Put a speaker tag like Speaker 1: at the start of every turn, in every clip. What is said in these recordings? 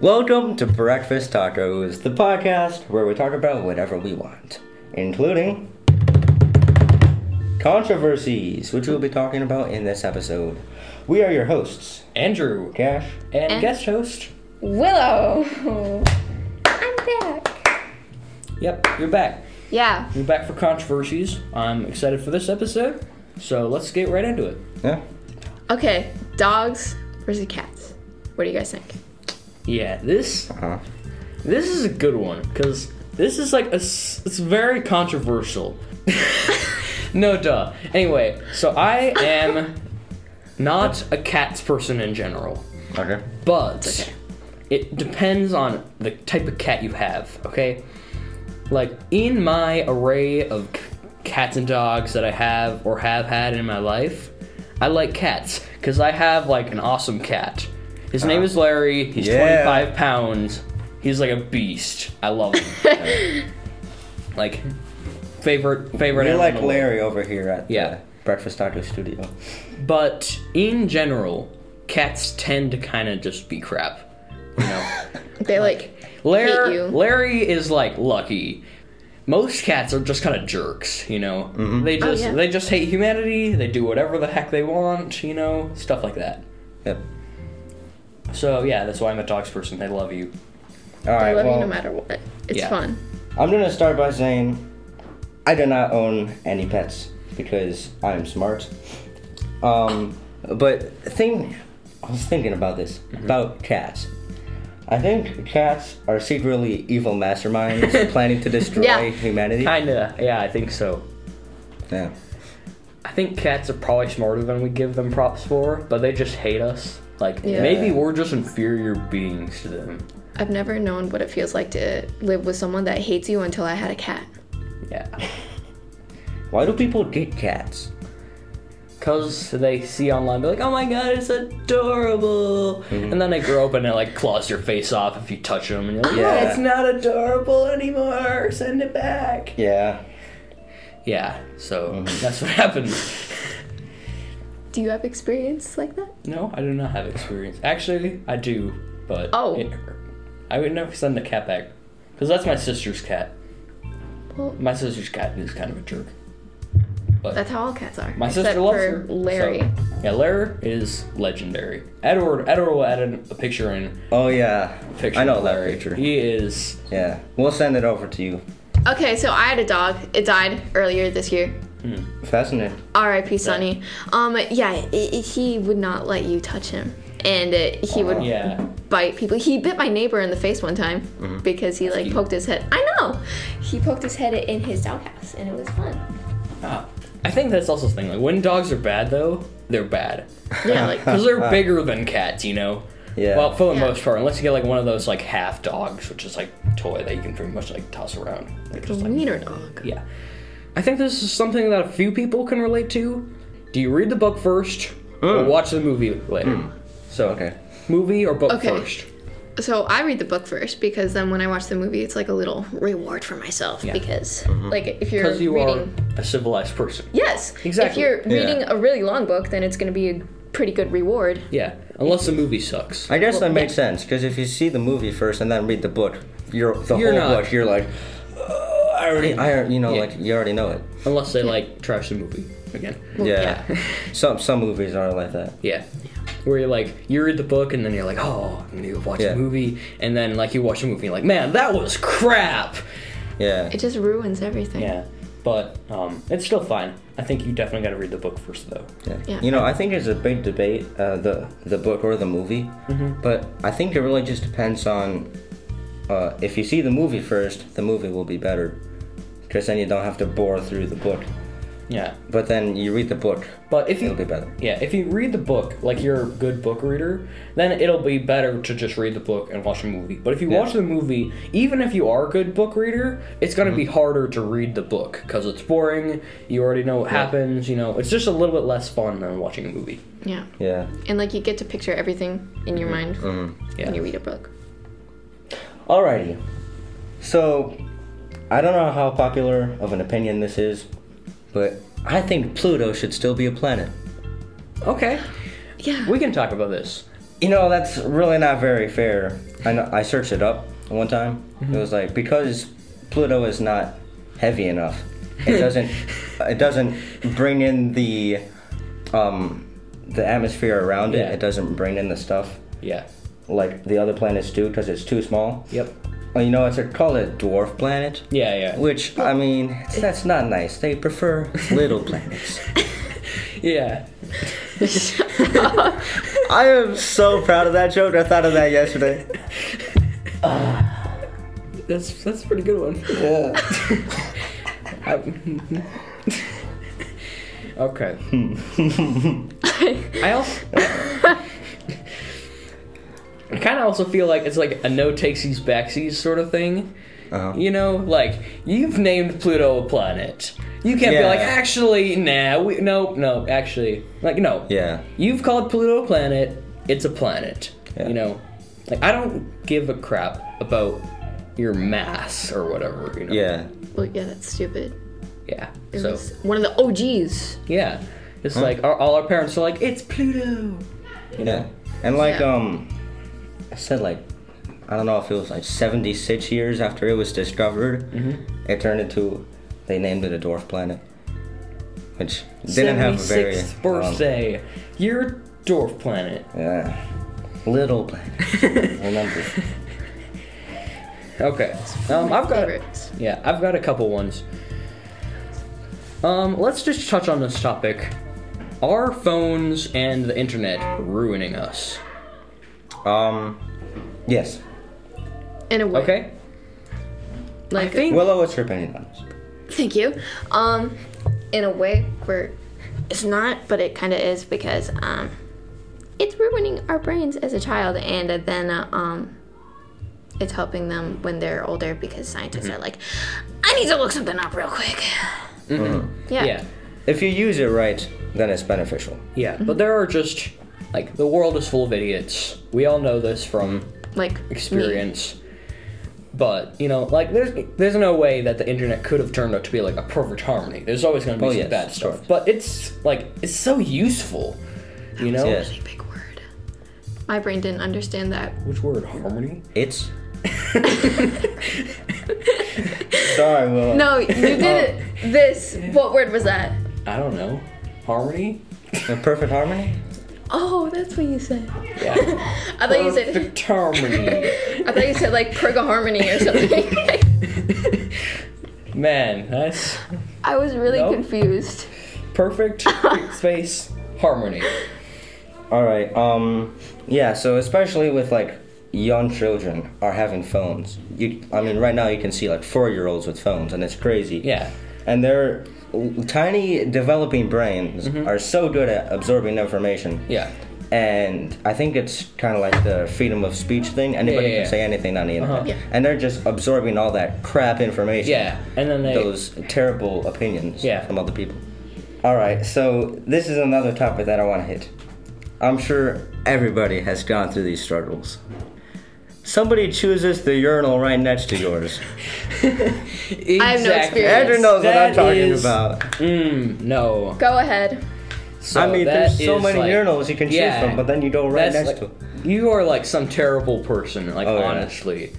Speaker 1: Welcome to Breakfast Tacos, the podcast where we talk about whatever we want, including controversies, which we'll be talking about in this episode. We are your hosts,
Speaker 2: Andrew
Speaker 1: Cash.
Speaker 2: and guest host.
Speaker 3: Willow. I'm back.
Speaker 2: Yep, you're back.
Speaker 3: Yeah.
Speaker 2: You're back for controversies. I'm excited for this episode, so let's get right into it.
Speaker 1: Yeah.
Speaker 3: Okay, dogs versus cats. What do you guys think?
Speaker 2: Yeah, this
Speaker 1: Uh-huh.
Speaker 2: this is a good one because this is like a s- it's very controversial. no duh. Anyway, so I am not a cats person in general.
Speaker 1: Okay.
Speaker 2: But
Speaker 3: okay.
Speaker 2: it depends on the type of cat you have, okay? Like, in my array of c- cats and dogs that I have or have had in my life, I like cats because I have like an awesome cat. His name is Larry, he's
Speaker 1: Uh-huh. Yeah.
Speaker 2: 25 pounds, he's like a beast. I love him. like, favorite, favorite
Speaker 1: We're
Speaker 2: animal
Speaker 1: like
Speaker 2: in the world.
Speaker 1: Larry over here at the
Speaker 2: Yeah.
Speaker 1: Breakfast Taco Studio.
Speaker 2: But in general, cats tend to kind of just be crap. You know?
Speaker 3: They like
Speaker 2: Larry,
Speaker 3: Hate you.
Speaker 2: Larry is like lucky. Most cats are just kind of jerks, you know. They just
Speaker 3: Oh, yeah.
Speaker 2: they just hate humanity. They do whatever the heck they want, you know, stuff like that.
Speaker 1: Yep.
Speaker 2: So yeah, that's why I'm a dogs person. They love you.
Speaker 1: All right.
Speaker 3: I love
Speaker 1: well,
Speaker 3: you no matter what. It's
Speaker 2: Yeah.
Speaker 3: fun.
Speaker 1: I'm gonna start by saying I do not own any pets because I'm smart. Um, but thing, I was thinking about this about cats. I think cats are secretly evil masterminds planning to destroy
Speaker 3: Yeah.
Speaker 1: humanity.
Speaker 2: Kinda, yeah, I think so.
Speaker 1: Yeah.
Speaker 2: I think cats are probably smarter than we give them props for, but they just hate us. Like
Speaker 3: Yeah.
Speaker 2: maybe we're just inferior beings to them.
Speaker 3: I've never known what it feels like to live with someone that hates you until I had a cat.
Speaker 2: Yeah,
Speaker 1: Why do people get cats?
Speaker 2: cause they see online, they're like, oh my god, it's adorable, and then they grow up and it like claws your face off if you touch them, and you're like,
Speaker 1: Yeah.
Speaker 2: yeah, it's not adorable anymore. Send it back.
Speaker 1: Yeah.
Speaker 2: Yeah, so that's what happens.
Speaker 3: Do you have experience like that?
Speaker 2: No, I do not have experience. Actually, I do, but
Speaker 3: Oh.
Speaker 2: it- I would never send the cat back, cause that's my sister's cat.
Speaker 3: Well-
Speaker 2: my sister's cat is kind of a jerk.
Speaker 3: That's how all cats are.
Speaker 2: My
Speaker 3: except
Speaker 2: sister loves
Speaker 3: for
Speaker 2: her. so-
Speaker 3: Larry.
Speaker 2: yeah, Larry is legendary. Edward, Edward will add in a picture in.
Speaker 1: Oh yeah.
Speaker 2: Picture
Speaker 1: I know
Speaker 2: of
Speaker 1: that
Speaker 2: Larry.
Speaker 1: picture.
Speaker 2: He is.
Speaker 1: Yeah. We'll send it over to you.
Speaker 3: Okay, so I had a dog. It died earlier this year.
Speaker 1: Fascinating.
Speaker 3: R.I.P. Sonny. Um, yeah, i i he would not let you touch him, and uh, he would
Speaker 2: Yeah.
Speaker 3: bite people. He bit my neighbor in the face one time because he like
Speaker 2: cute.
Speaker 3: poked his head. I know. He poked his head in his doghouse, and it was fun.
Speaker 2: Ah, I think that's also the thing. Like when dogs are bad, though, they're bad
Speaker 3: Yeah, like
Speaker 2: because they're bigger than cats. You know.
Speaker 1: Yeah.
Speaker 2: Well, for the
Speaker 3: Yeah.
Speaker 2: most part, unless you get like one of those like half dogs, which is like toy that you can pretty much like toss around. They're
Speaker 3: a
Speaker 2: just like
Speaker 3: wiener dog.
Speaker 2: yeah. I think this is something that a few people can relate to. Do you read the book first or
Speaker 1: Mm.
Speaker 2: watch the movie later? So
Speaker 1: Okay.
Speaker 2: movie or book
Speaker 3: Okay.
Speaker 2: first.
Speaker 3: So I read the book first because then when I watch the movie, it's like a little reward for myself because like if you're
Speaker 2: Because you
Speaker 3: reading.
Speaker 2: are a civilized person.
Speaker 3: Yes. If
Speaker 2: Exactly.
Speaker 3: you're
Speaker 1: Yeah.
Speaker 3: reading a really long book, then it's going to be a pretty good reward.
Speaker 2: Yeah. Unless the movie sucks.
Speaker 1: I guess that makes sense because if you see the movie first and then read the book, you're the
Speaker 2: You're
Speaker 1: whole
Speaker 2: not-
Speaker 1: book. You're like, "Ugh, I already, I already- you know,
Speaker 2: Yeah.
Speaker 1: like you already know it.
Speaker 2: Unless they like trash the movie again.
Speaker 1: Yeah.
Speaker 3: yeah.
Speaker 1: some some movies are like that.
Speaker 2: Yeah. Where you're like, you read the book and then you're like, oh, I'm gonna go watch
Speaker 1: Yeah.
Speaker 2: the movie. And then like you watch the movie and you're like, man, that was crap.
Speaker 1: Yeah.
Speaker 3: It just ruins everything.
Speaker 2: Yeah. But um, it's still fine. I think you definitely gotta read the book first though.
Speaker 1: yeah.
Speaker 3: Yeah.
Speaker 1: You know, I think it's a big debate, uh, the the book or the movie,
Speaker 2: Mm-hmm.
Speaker 1: but I think it really just depends on uh, if you see the movie first, the movie will be better because then you don't have to bore through the book.
Speaker 2: Yeah.
Speaker 1: But then you read the book,
Speaker 2: But if you
Speaker 1: it'll be better.
Speaker 2: Yeah, if you read the book, like you're a good book reader, then it'll be better to just read the book and watch the movie. But if you watch the movie, even if you are a good book reader, it's going to be harder to read the book because it's boring. You already know what happens. You know, it's just a little bit less fun than watching a movie.
Speaker 3: Yeah.
Speaker 1: Yeah.
Speaker 3: And like you get to picture everything in your mind
Speaker 2: Yeah.
Speaker 3: when you read a book.
Speaker 1: Alrighty. So, I don't know how popular of an opinion this is, but I think Pluto should still be a planet.
Speaker 2: Okay,
Speaker 3: Yeah.
Speaker 2: we can talk about this.
Speaker 1: You know, that's really not very fair. I know, I searched it up one time. It was like because Pluto is not heavy enough. It doesn't it doesn't bring in the um the atmosphere around
Speaker 2: Yeah.
Speaker 1: it. It doesn't bring in the stuff
Speaker 2: Yeah.
Speaker 1: like the other planets do because it's too small.
Speaker 2: Yep.
Speaker 1: Well, you know, it's a, called a dwarf planet.
Speaker 2: Yeah, yeah.
Speaker 1: Which I mean, that's not nice. They prefer little planets.
Speaker 2: Yeah.
Speaker 1: I am so proud of that joke. I thought of that yesterday.
Speaker 2: That's that's a pretty good one. Um,
Speaker 1: Yeah.
Speaker 2: I- okay. I also. I kind of also feel like it's like a no takesies backsies sort of thing.
Speaker 1: Uh-huh.
Speaker 2: You know, like you've named Pluto a planet. You can't be
Speaker 1: Yeah.
Speaker 2: like, actually, nah, we, no, no, actually, like, no.
Speaker 1: Yeah.
Speaker 2: You've called Pluto a planet. It's a planet.
Speaker 1: Yeah.
Speaker 2: You know, like I don't give a crap about your mass or whatever. You know.
Speaker 1: Yeah.
Speaker 3: Well, yeah, that's stupid.
Speaker 2: Yeah.
Speaker 3: It
Speaker 2: so
Speaker 3: was one of the OGs.
Speaker 2: yeah, it's like our, all our parents are like, it's Pluto. You
Speaker 1: Yeah.
Speaker 2: know.
Speaker 1: And like
Speaker 3: Yeah.
Speaker 1: um, I said like, I don't know if it was like 76 years after it was discovered,
Speaker 2: Mm-hmm.
Speaker 1: it turned into, they named it a dwarf planet, which didn't have a very
Speaker 2: 76th
Speaker 1: um,
Speaker 2: birthday. You're a dwarf planet.
Speaker 1: yeah. Little planet. Remember.
Speaker 2: Okay. Um, I've got
Speaker 3: Favorites.
Speaker 2: yeah, I've got a couple ones. Um, let's just touch on this topic. Are phones and the internet ruining us?
Speaker 1: Um, yes.
Speaker 3: In a way.
Speaker 2: Okay. I
Speaker 3: Like,
Speaker 2: think
Speaker 1: Willow, what's your opinion on this?
Speaker 3: Thank you. Um, in a way where it's not, but it kind of is because um, it's ruining our brains as a child, and then uh, um, it's helping them when they're older because scientists
Speaker 2: Mm-hmm.
Speaker 3: are like, I need to look something up real quick. Yeah.
Speaker 2: Mm-hmm. yeah.
Speaker 1: If you use it right, then it's beneficial.
Speaker 2: Yeah,
Speaker 1: Mm-hmm.
Speaker 2: but there are just like the world is full of idiots. We all know this from
Speaker 3: Like me.
Speaker 2: experience. But you know, like there's there's no way that the internet could have turned out to be like a perfect harmony. There's always going to be
Speaker 1: Oh,
Speaker 2: some
Speaker 1: yes,
Speaker 2: bad
Speaker 1: of
Speaker 2: stuff,
Speaker 1: course.
Speaker 2: but it's like it's so useful. You know,
Speaker 1: Yes.
Speaker 3: Big word. My brain didn't understand that.
Speaker 2: which word harmony?
Speaker 1: It's. Sorry, Willow.
Speaker 3: No, you did it.
Speaker 2: Oh.
Speaker 3: This. What word was that?
Speaker 2: I don't know. Harmony?
Speaker 1: In perfect harmony?
Speaker 3: Oh, that's what you said.
Speaker 2: Yeah.
Speaker 3: I thought you said.
Speaker 2: perfect harmony.
Speaker 3: I thought you said like Perga Harmony or something.
Speaker 2: Man, that's
Speaker 3: I was really
Speaker 2: No?
Speaker 3: confused.
Speaker 2: perfect space harmony.
Speaker 1: All right. Um. Yeah. So especially with like young children are having phones. You. I mean, right now you can see like four-year-olds with phones, and it's crazy.
Speaker 2: Yeah.
Speaker 1: And their l- tiny developing brains are so good at absorbing information.
Speaker 2: Yeah.
Speaker 1: And I think it's kind of like the freedom of speech thing. Anybody
Speaker 2: yeah,
Speaker 1: can
Speaker 2: yeah.
Speaker 1: say anything on the internet,
Speaker 2: Uh-huh.
Speaker 3: Yeah.
Speaker 1: and they're just absorbing all that crap information.
Speaker 2: Yeah. And then they
Speaker 1: those terrible opinions
Speaker 2: Yeah.
Speaker 1: from other people. All right, so this is another topic that I want to hit. I'm sure everybody has gone through these struggles. Somebody chooses the urinal right next to yours.
Speaker 2: exactly.
Speaker 3: have no experience.
Speaker 1: Andrew knows what I'm
Speaker 2: That
Speaker 1: talking
Speaker 2: is-
Speaker 1: about.
Speaker 2: Mm, no.
Speaker 3: Go ahead.
Speaker 2: So
Speaker 1: I mean,
Speaker 2: that
Speaker 1: there's so
Speaker 2: is
Speaker 1: many
Speaker 2: like-
Speaker 1: urinals you can
Speaker 2: yeah.
Speaker 1: choose from, but then you go right
Speaker 2: That's
Speaker 1: next
Speaker 2: like-
Speaker 1: to 'em. to
Speaker 2: You are like some terrible person, like
Speaker 1: Oh, yeah.
Speaker 2: honestly.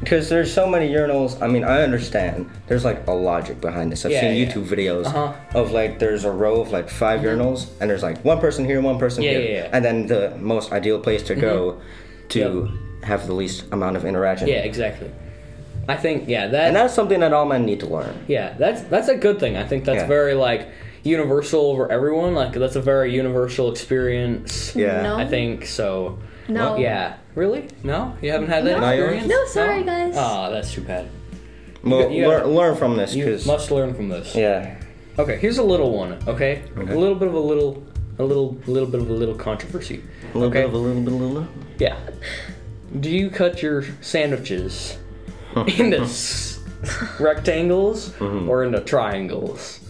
Speaker 1: because there's so many urinals. I mean, I understand. There's like a logic behind this. I've
Speaker 2: Yeah,
Speaker 1: seen
Speaker 2: yeah.
Speaker 1: YouTube videos
Speaker 2: Uh-huh. Mm-hmm.
Speaker 1: of like there's a row of like 5 urinals, and there's like one person here, one person
Speaker 2: Yeah,
Speaker 1: here,
Speaker 2: yeah, yeah. Mm-hmm.
Speaker 1: and then the most ideal place to go to have the least amount of interaction.
Speaker 2: Yeah, exactly. I think yeah, that
Speaker 1: And that's something that all men need to learn.
Speaker 2: yeah, that's that's a good thing. I think that's
Speaker 1: Yeah.
Speaker 2: very like universal over everyone. Like that's a very universal experience.
Speaker 1: Yeah.
Speaker 3: No.
Speaker 2: I think so.
Speaker 3: No.
Speaker 2: Yeah. Really? No? You haven't had that
Speaker 1: No.
Speaker 2: experience?
Speaker 3: No, sorry, guys.
Speaker 2: Oh, that's too bad.
Speaker 1: Well,
Speaker 2: you gotta-
Speaker 1: learn, learn from this,
Speaker 2: You
Speaker 1: 'cause-
Speaker 2: must learn from this.
Speaker 1: yeah,
Speaker 2: Okay, here's a little one, okay? A little bit of a little a little little bit of a little controversy.
Speaker 1: a little
Speaker 2: okay?
Speaker 1: bit of a little bit of a little.
Speaker 2: Yeah. Do you cut your sandwiches into s- rectangles
Speaker 1: Mm-hmm.
Speaker 2: or into triangles?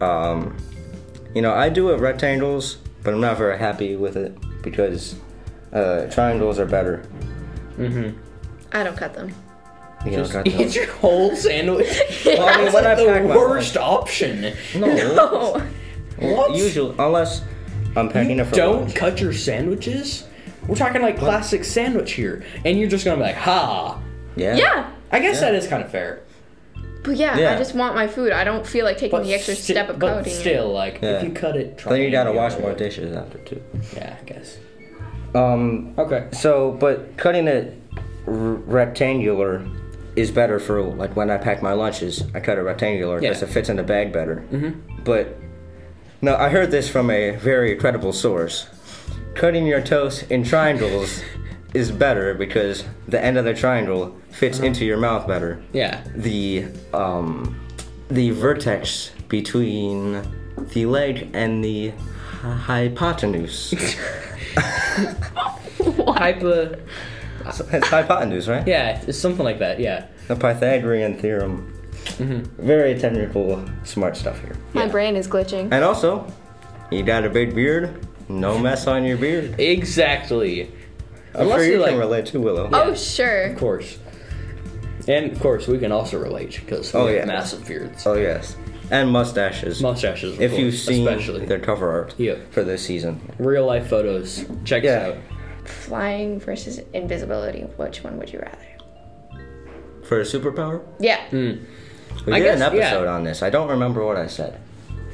Speaker 1: Um, you know, I do it rectangles, but I'm not very happy with it because uh, triangles are better.
Speaker 3: I don't cut them.
Speaker 1: You know, got the-
Speaker 2: Eat your whole sandwich.
Speaker 1: Well, I mean,
Speaker 2: That's
Speaker 1: when
Speaker 2: like
Speaker 1: I
Speaker 2: the
Speaker 1: pack my-
Speaker 2: worst option.
Speaker 1: No.
Speaker 3: Oh,
Speaker 2: What?
Speaker 1: Usually, unless unpacking it for
Speaker 2: Don't
Speaker 1: lunch.
Speaker 2: cut your sandwiches. We're talking like classic sandwich here, and you're just gonna be like, ha.
Speaker 1: Yeah.
Speaker 3: Yeah.
Speaker 2: I guess
Speaker 1: Yeah.
Speaker 2: that is kind of fair.
Speaker 3: But yeah,
Speaker 1: Yeah.
Speaker 3: I just want my food. I don't feel like taking the extra
Speaker 2: sti-
Speaker 3: step of
Speaker 2: but
Speaker 3: coding. it.
Speaker 2: still, like
Speaker 1: Yeah.
Speaker 2: if you cut it, try
Speaker 1: Then you
Speaker 2: and
Speaker 1: gotta
Speaker 2: get
Speaker 1: wash
Speaker 2: away
Speaker 1: more
Speaker 2: with-
Speaker 1: dishes after too.
Speaker 2: Yeah, I guess.
Speaker 1: Um.
Speaker 2: Okay.
Speaker 1: So, but cutting it r- rectangular is better for like when I pack my lunches. I cut it rectangular because
Speaker 2: Yeah. Mm-hmm.
Speaker 1: it fits in the bag better. But no, I heard this from a very credible source. Cutting your toast in triangles is better because the end of the triangle fits
Speaker 2: Uh-huh.
Speaker 1: into your mouth better.
Speaker 2: Yeah.
Speaker 1: The um, the vertex between the leg and the hy- hypotenuse.
Speaker 2: Hyper.
Speaker 1: it's hypotenuse, right?
Speaker 2: Yeah, it's something like that. Yeah.
Speaker 1: The Pythagorean theorem.
Speaker 2: Mm-hmm.
Speaker 1: Very technical, smart stuff here.
Speaker 3: My brain is glitching.
Speaker 1: And also, you got a big beard, no mess on your beard.
Speaker 2: Exactly.
Speaker 1: I'm
Speaker 2: Unless
Speaker 1: sure
Speaker 2: you
Speaker 1: you
Speaker 2: like,
Speaker 1: can relate to Willow.
Speaker 3: Oh sure.
Speaker 2: of course. And of course, we can also relate because we
Speaker 1: Oh,
Speaker 2: have
Speaker 1: yeah.
Speaker 2: massive beards,
Speaker 1: Oh yes, and mustaches.
Speaker 2: mustaches. of
Speaker 1: if
Speaker 2: course,
Speaker 1: you've seen
Speaker 2: especially
Speaker 1: their cover art
Speaker 2: Yeah.
Speaker 1: for this season,
Speaker 2: real life photos, check this
Speaker 1: Yeah.
Speaker 2: out.
Speaker 3: Flying versus invisibility. Which one would you rather?
Speaker 1: for a superpower,
Speaker 3: Yeah.
Speaker 2: Hmm.
Speaker 1: we
Speaker 2: I
Speaker 1: did an
Speaker 2: guess, yeah.
Speaker 1: episode on this. I don't remember what I said.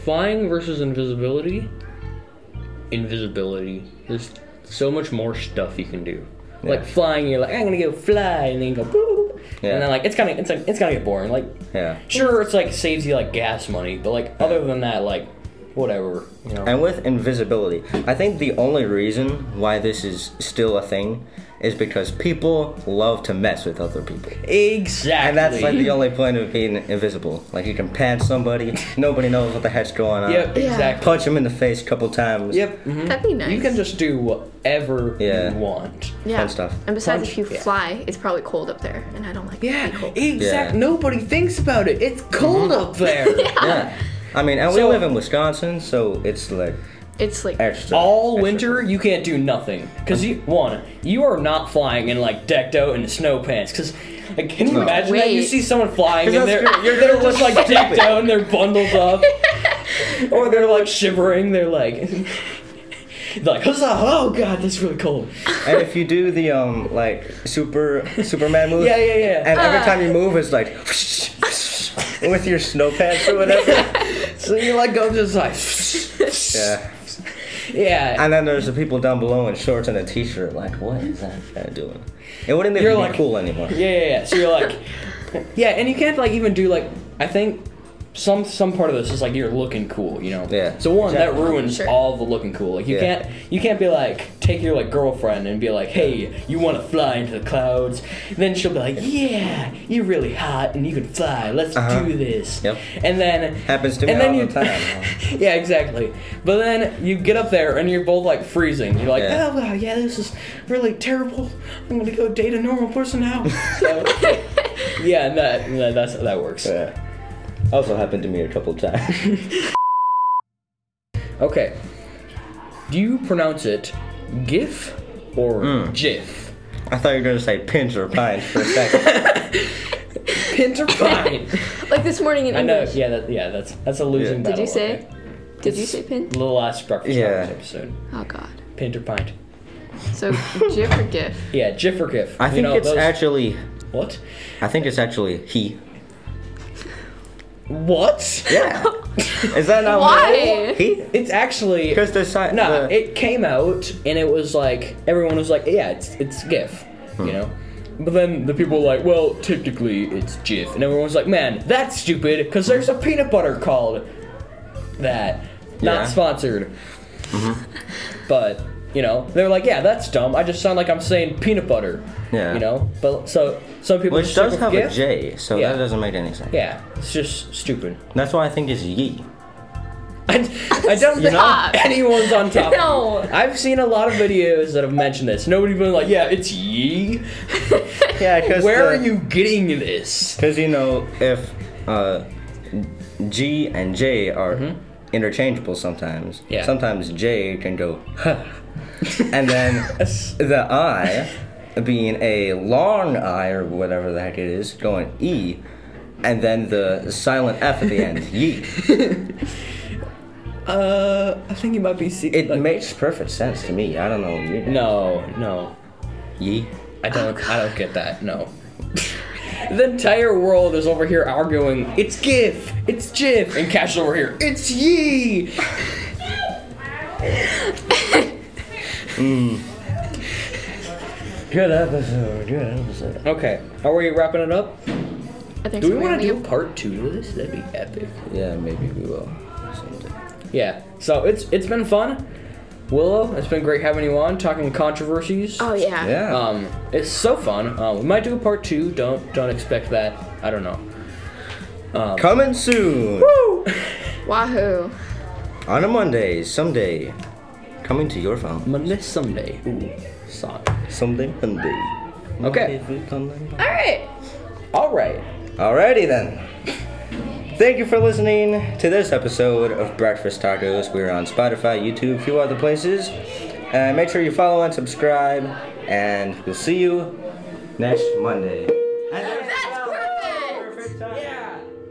Speaker 2: Flying versus invisibility. Invisibility. There's so much more stuff you can do. Like
Speaker 1: Yeah.
Speaker 2: flying, you're like, I'm gonna go fly, and then you go, boop,
Speaker 1: Yeah.
Speaker 2: and then like it's gonna, it's like, it's gonna get boring. Like,
Speaker 1: Yeah.
Speaker 2: sure, it's like saves you like gas money, but like other than that, like, whatever. You know.
Speaker 1: And with invisibility, I think the only reason why this is still a thing is because people love to mess with other people.
Speaker 2: exactly.
Speaker 1: And that's like the only point of being invisible. Like you can pat somebody, nobody knows what the heck's going on.
Speaker 2: Yep.
Speaker 3: Yeah.
Speaker 2: Exactly.
Speaker 1: Punch him in the face a couple times.
Speaker 2: Yep. mhm.
Speaker 3: That'd be nice.
Speaker 2: You can just do whatever
Speaker 1: Yeah.
Speaker 2: you want.
Speaker 3: yeah.
Speaker 1: fun stuff.
Speaker 3: And besides, if you
Speaker 2: Punch- yeah.
Speaker 3: fly, it's probably cold up there, and I don't like. it.
Speaker 2: Yeah,
Speaker 3: Cold.
Speaker 2: exact.
Speaker 1: Yeah.
Speaker 2: Nobody thinks about it. It's cold up there.
Speaker 1: Yeah. I mean, and we
Speaker 2: So-
Speaker 1: live in Wisconsin, so it's like
Speaker 3: It's like
Speaker 1: extra.
Speaker 2: all
Speaker 1: extra.
Speaker 2: winter you can't do nothing because you one you are not flying in like decked out in snow pants because like, can you
Speaker 1: No.
Speaker 2: imagine that you
Speaker 3: Wait.
Speaker 2: see someone flying and
Speaker 1: Because
Speaker 2: they're,
Speaker 1: that's good. You're
Speaker 2: they're
Speaker 1: gonna
Speaker 2: just
Speaker 1: look
Speaker 2: like decked
Speaker 1: stupid.
Speaker 2: out and they're bundled up or they're like shivering they're like like huzzah oh god that's really cold
Speaker 1: And if you do the um like super Superman move,
Speaker 2: yeah yeah yeah
Speaker 1: and every time you move, it's like with your snow pants or whatever.
Speaker 2: so you like go just like
Speaker 1: yeah.
Speaker 2: yeah
Speaker 1: And then there's the people down below in shorts and a t-shirt. Like, what is that guy doing? It wouldn't even
Speaker 2: You're
Speaker 1: be
Speaker 2: like-
Speaker 1: cool anymore.
Speaker 2: Yeah, yeah, yeah. So you're like, yeah, and you can't like even do like I think some some part of this is like you're looking cool, you know.
Speaker 1: Yeah.
Speaker 2: So one
Speaker 1: Exactly.
Speaker 2: that ruins
Speaker 3: Sure.
Speaker 2: all the looking cool. Like you
Speaker 1: Yeah.
Speaker 2: can't you can't be like take your like girlfriend and be like, hey, you want to fly into the clouds? Then she'll be like, yeah, you're really hot and you can fly. Let's
Speaker 1: Uh-huh.
Speaker 2: do this.
Speaker 1: Yep.
Speaker 2: And then
Speaker 1: Happens to me
Speaker 2: and then
Speaker 1: all
Speaker 2: you-
Speaker 1: the time.
Speaker 2: yeah, exactly. But then you get up there and you're both like freezing. You're like,
Speaker 1: Yeah.
Speaker 2: oh wow, yeah, this is really terrible. I'm gonna go date a normal person now. So, yeah, and that and that- that's that works.
Speaker 1: Yeah. Also happened to me a couple times.
Speaker 2: Okay. Do you pronounce it GIF or
Speaker 1: Hmm.
Speaker 2: JIF?
Speaker 1: I thought you were gonna say pinch or pint for a second.
Speaker 2: Pint or pine?
Speaker 3: like this morning in
Speaker 2: I know.
Speaker 3: English.
Speaker 2: Yeah, that, yeah, that's that's a losing
Speaker 1: Yeah.
Speaker 2: battle.
Speaker 3: Did you say?
Speaker 2: okay?
Speaker 3: Did you say pin?
Speaker 2: Little last breakfast
Speaker 1: Yeah.
Speaker 2: Hours episode.
Speaker 3: Oh God.
Speaker 2: Pint or pint?
Speaker 3: So GIF or GIF?
Speaker 2: Yeah, GIF or GIF.
Speaker 1: I think
Speaker 2: you know,
Speaker 1: it's
Speaker 2: those-
Speaker 1: actually.
Speaker 2: what?
Speaker 1: I think it's actually he.
Speaker 2: What?
Speaker 1: Yeah. Is that
Speaker 2: Oh,
Speaker 1: not
Speaker 3: Why?
Speaker 1: what it is? He.
Speaker 2: It's actually
Speaker 1: Because the side.
Speaker 2: No,
Speaker 1: the,
Speaker 2: it came out and it was like everyone was like, yeah, it's it's GIF,
Speaker 1: Hmm.
Speaker 2: you know. But then the people were like, well, typically it's GIF, and everyone was like, man, that's stupid because there's a peanut butter called that, not
Speaker 1: Yeah. Mm-hmm.
Speaker 2: sponsored. But you know, they're like, yeah, that's dumb. I just sound like I'm saying peanut butter.
Speaker 1: Yeah.
Speaker 2: You know, but so some people
Speaker 1: which
Speaker 2: just stick
Speaker 1: does
Speaker 2: with
Speaker 1: have
Speaker 2: GIF.
Speaker 1: a J, so
Speaker 2: Yeah.
Speaker 1: that doesn't make any sense.
Speaker 2: Yeah, it's just stupid.
Speaker 1: That's why I think it's ye.
Speaker 2: I, I don't think
Speaker 3: Stop.
Speaker 2: anyone's on top.
Speaker 3: No.
Speaker 2: I've seen a lot of videos that have mentioned this. Nobody's been like, yeah, it's ye.
Speaker 1: Yeah, because
Speaker 2: Where are you getting this?
Speaker 1: Because you know, if uh, G and J are interchangeable sometimes,
Speaker 2: Yeah.
Speaker 1: sometimes J can go, huh. and then the I, being a long I or whatever the heck it is, going E, and then the silent F at the end, ye.
Speaker 2: Uh, I think it might be C.
Speaker 1: It
Speaker 2: like-
Speaker 1: makes perfect sense to me. I don't know. You
Speaker 2: No, no.
Speaker 1: Ye.
Speaker 2: I don't. I don't get that. No. the entire world is over here arguing. It's GIF. It's JIF. And Cash is over here. It's Yee.
Speaker 1: Good episode. Good episode.
Speaker 2: Okay. Are we wrapping it up?
Speaker 3: I think
Speaker 2: Do we
Speaker 3: so,
Speaker 2: want to do
Speaker 3: only-
Speaker 2: part two to this? That'd be epic.
Speaker 1: Yeah, maybe we will. someday.
Speaker 2: Yeah. So it's it's been fun. Willow, it's been great having you on, talking controversies.
Speaker 3: Oh yeah.
Speaker 1: Yeah.
Speaker 2: Um, it's so fun. Uh, we might do a part two. Don't don't expect that. I don't know.
Speaker 1: Coming soon
Speaker 3: Wahoo.
Speaker 1: on a Monday, someday. Coming to your phone.
Speaker 2: Monday someday. Ooh, song.
Speaker 1: Someday, Monday.
Speaker 2: Okay.
Speaker 3: All right.
Speaker 2: All right.
Speaker 1: Alrighty then. Thank you for listening to this episode of Breakfast Tacos. We're on Spotify, YouTube, a few other places. And make sure you follow and subscribe. And we'll see you next Monday.
Speaker 3: That's perfect.
Speaker 1: Yeah.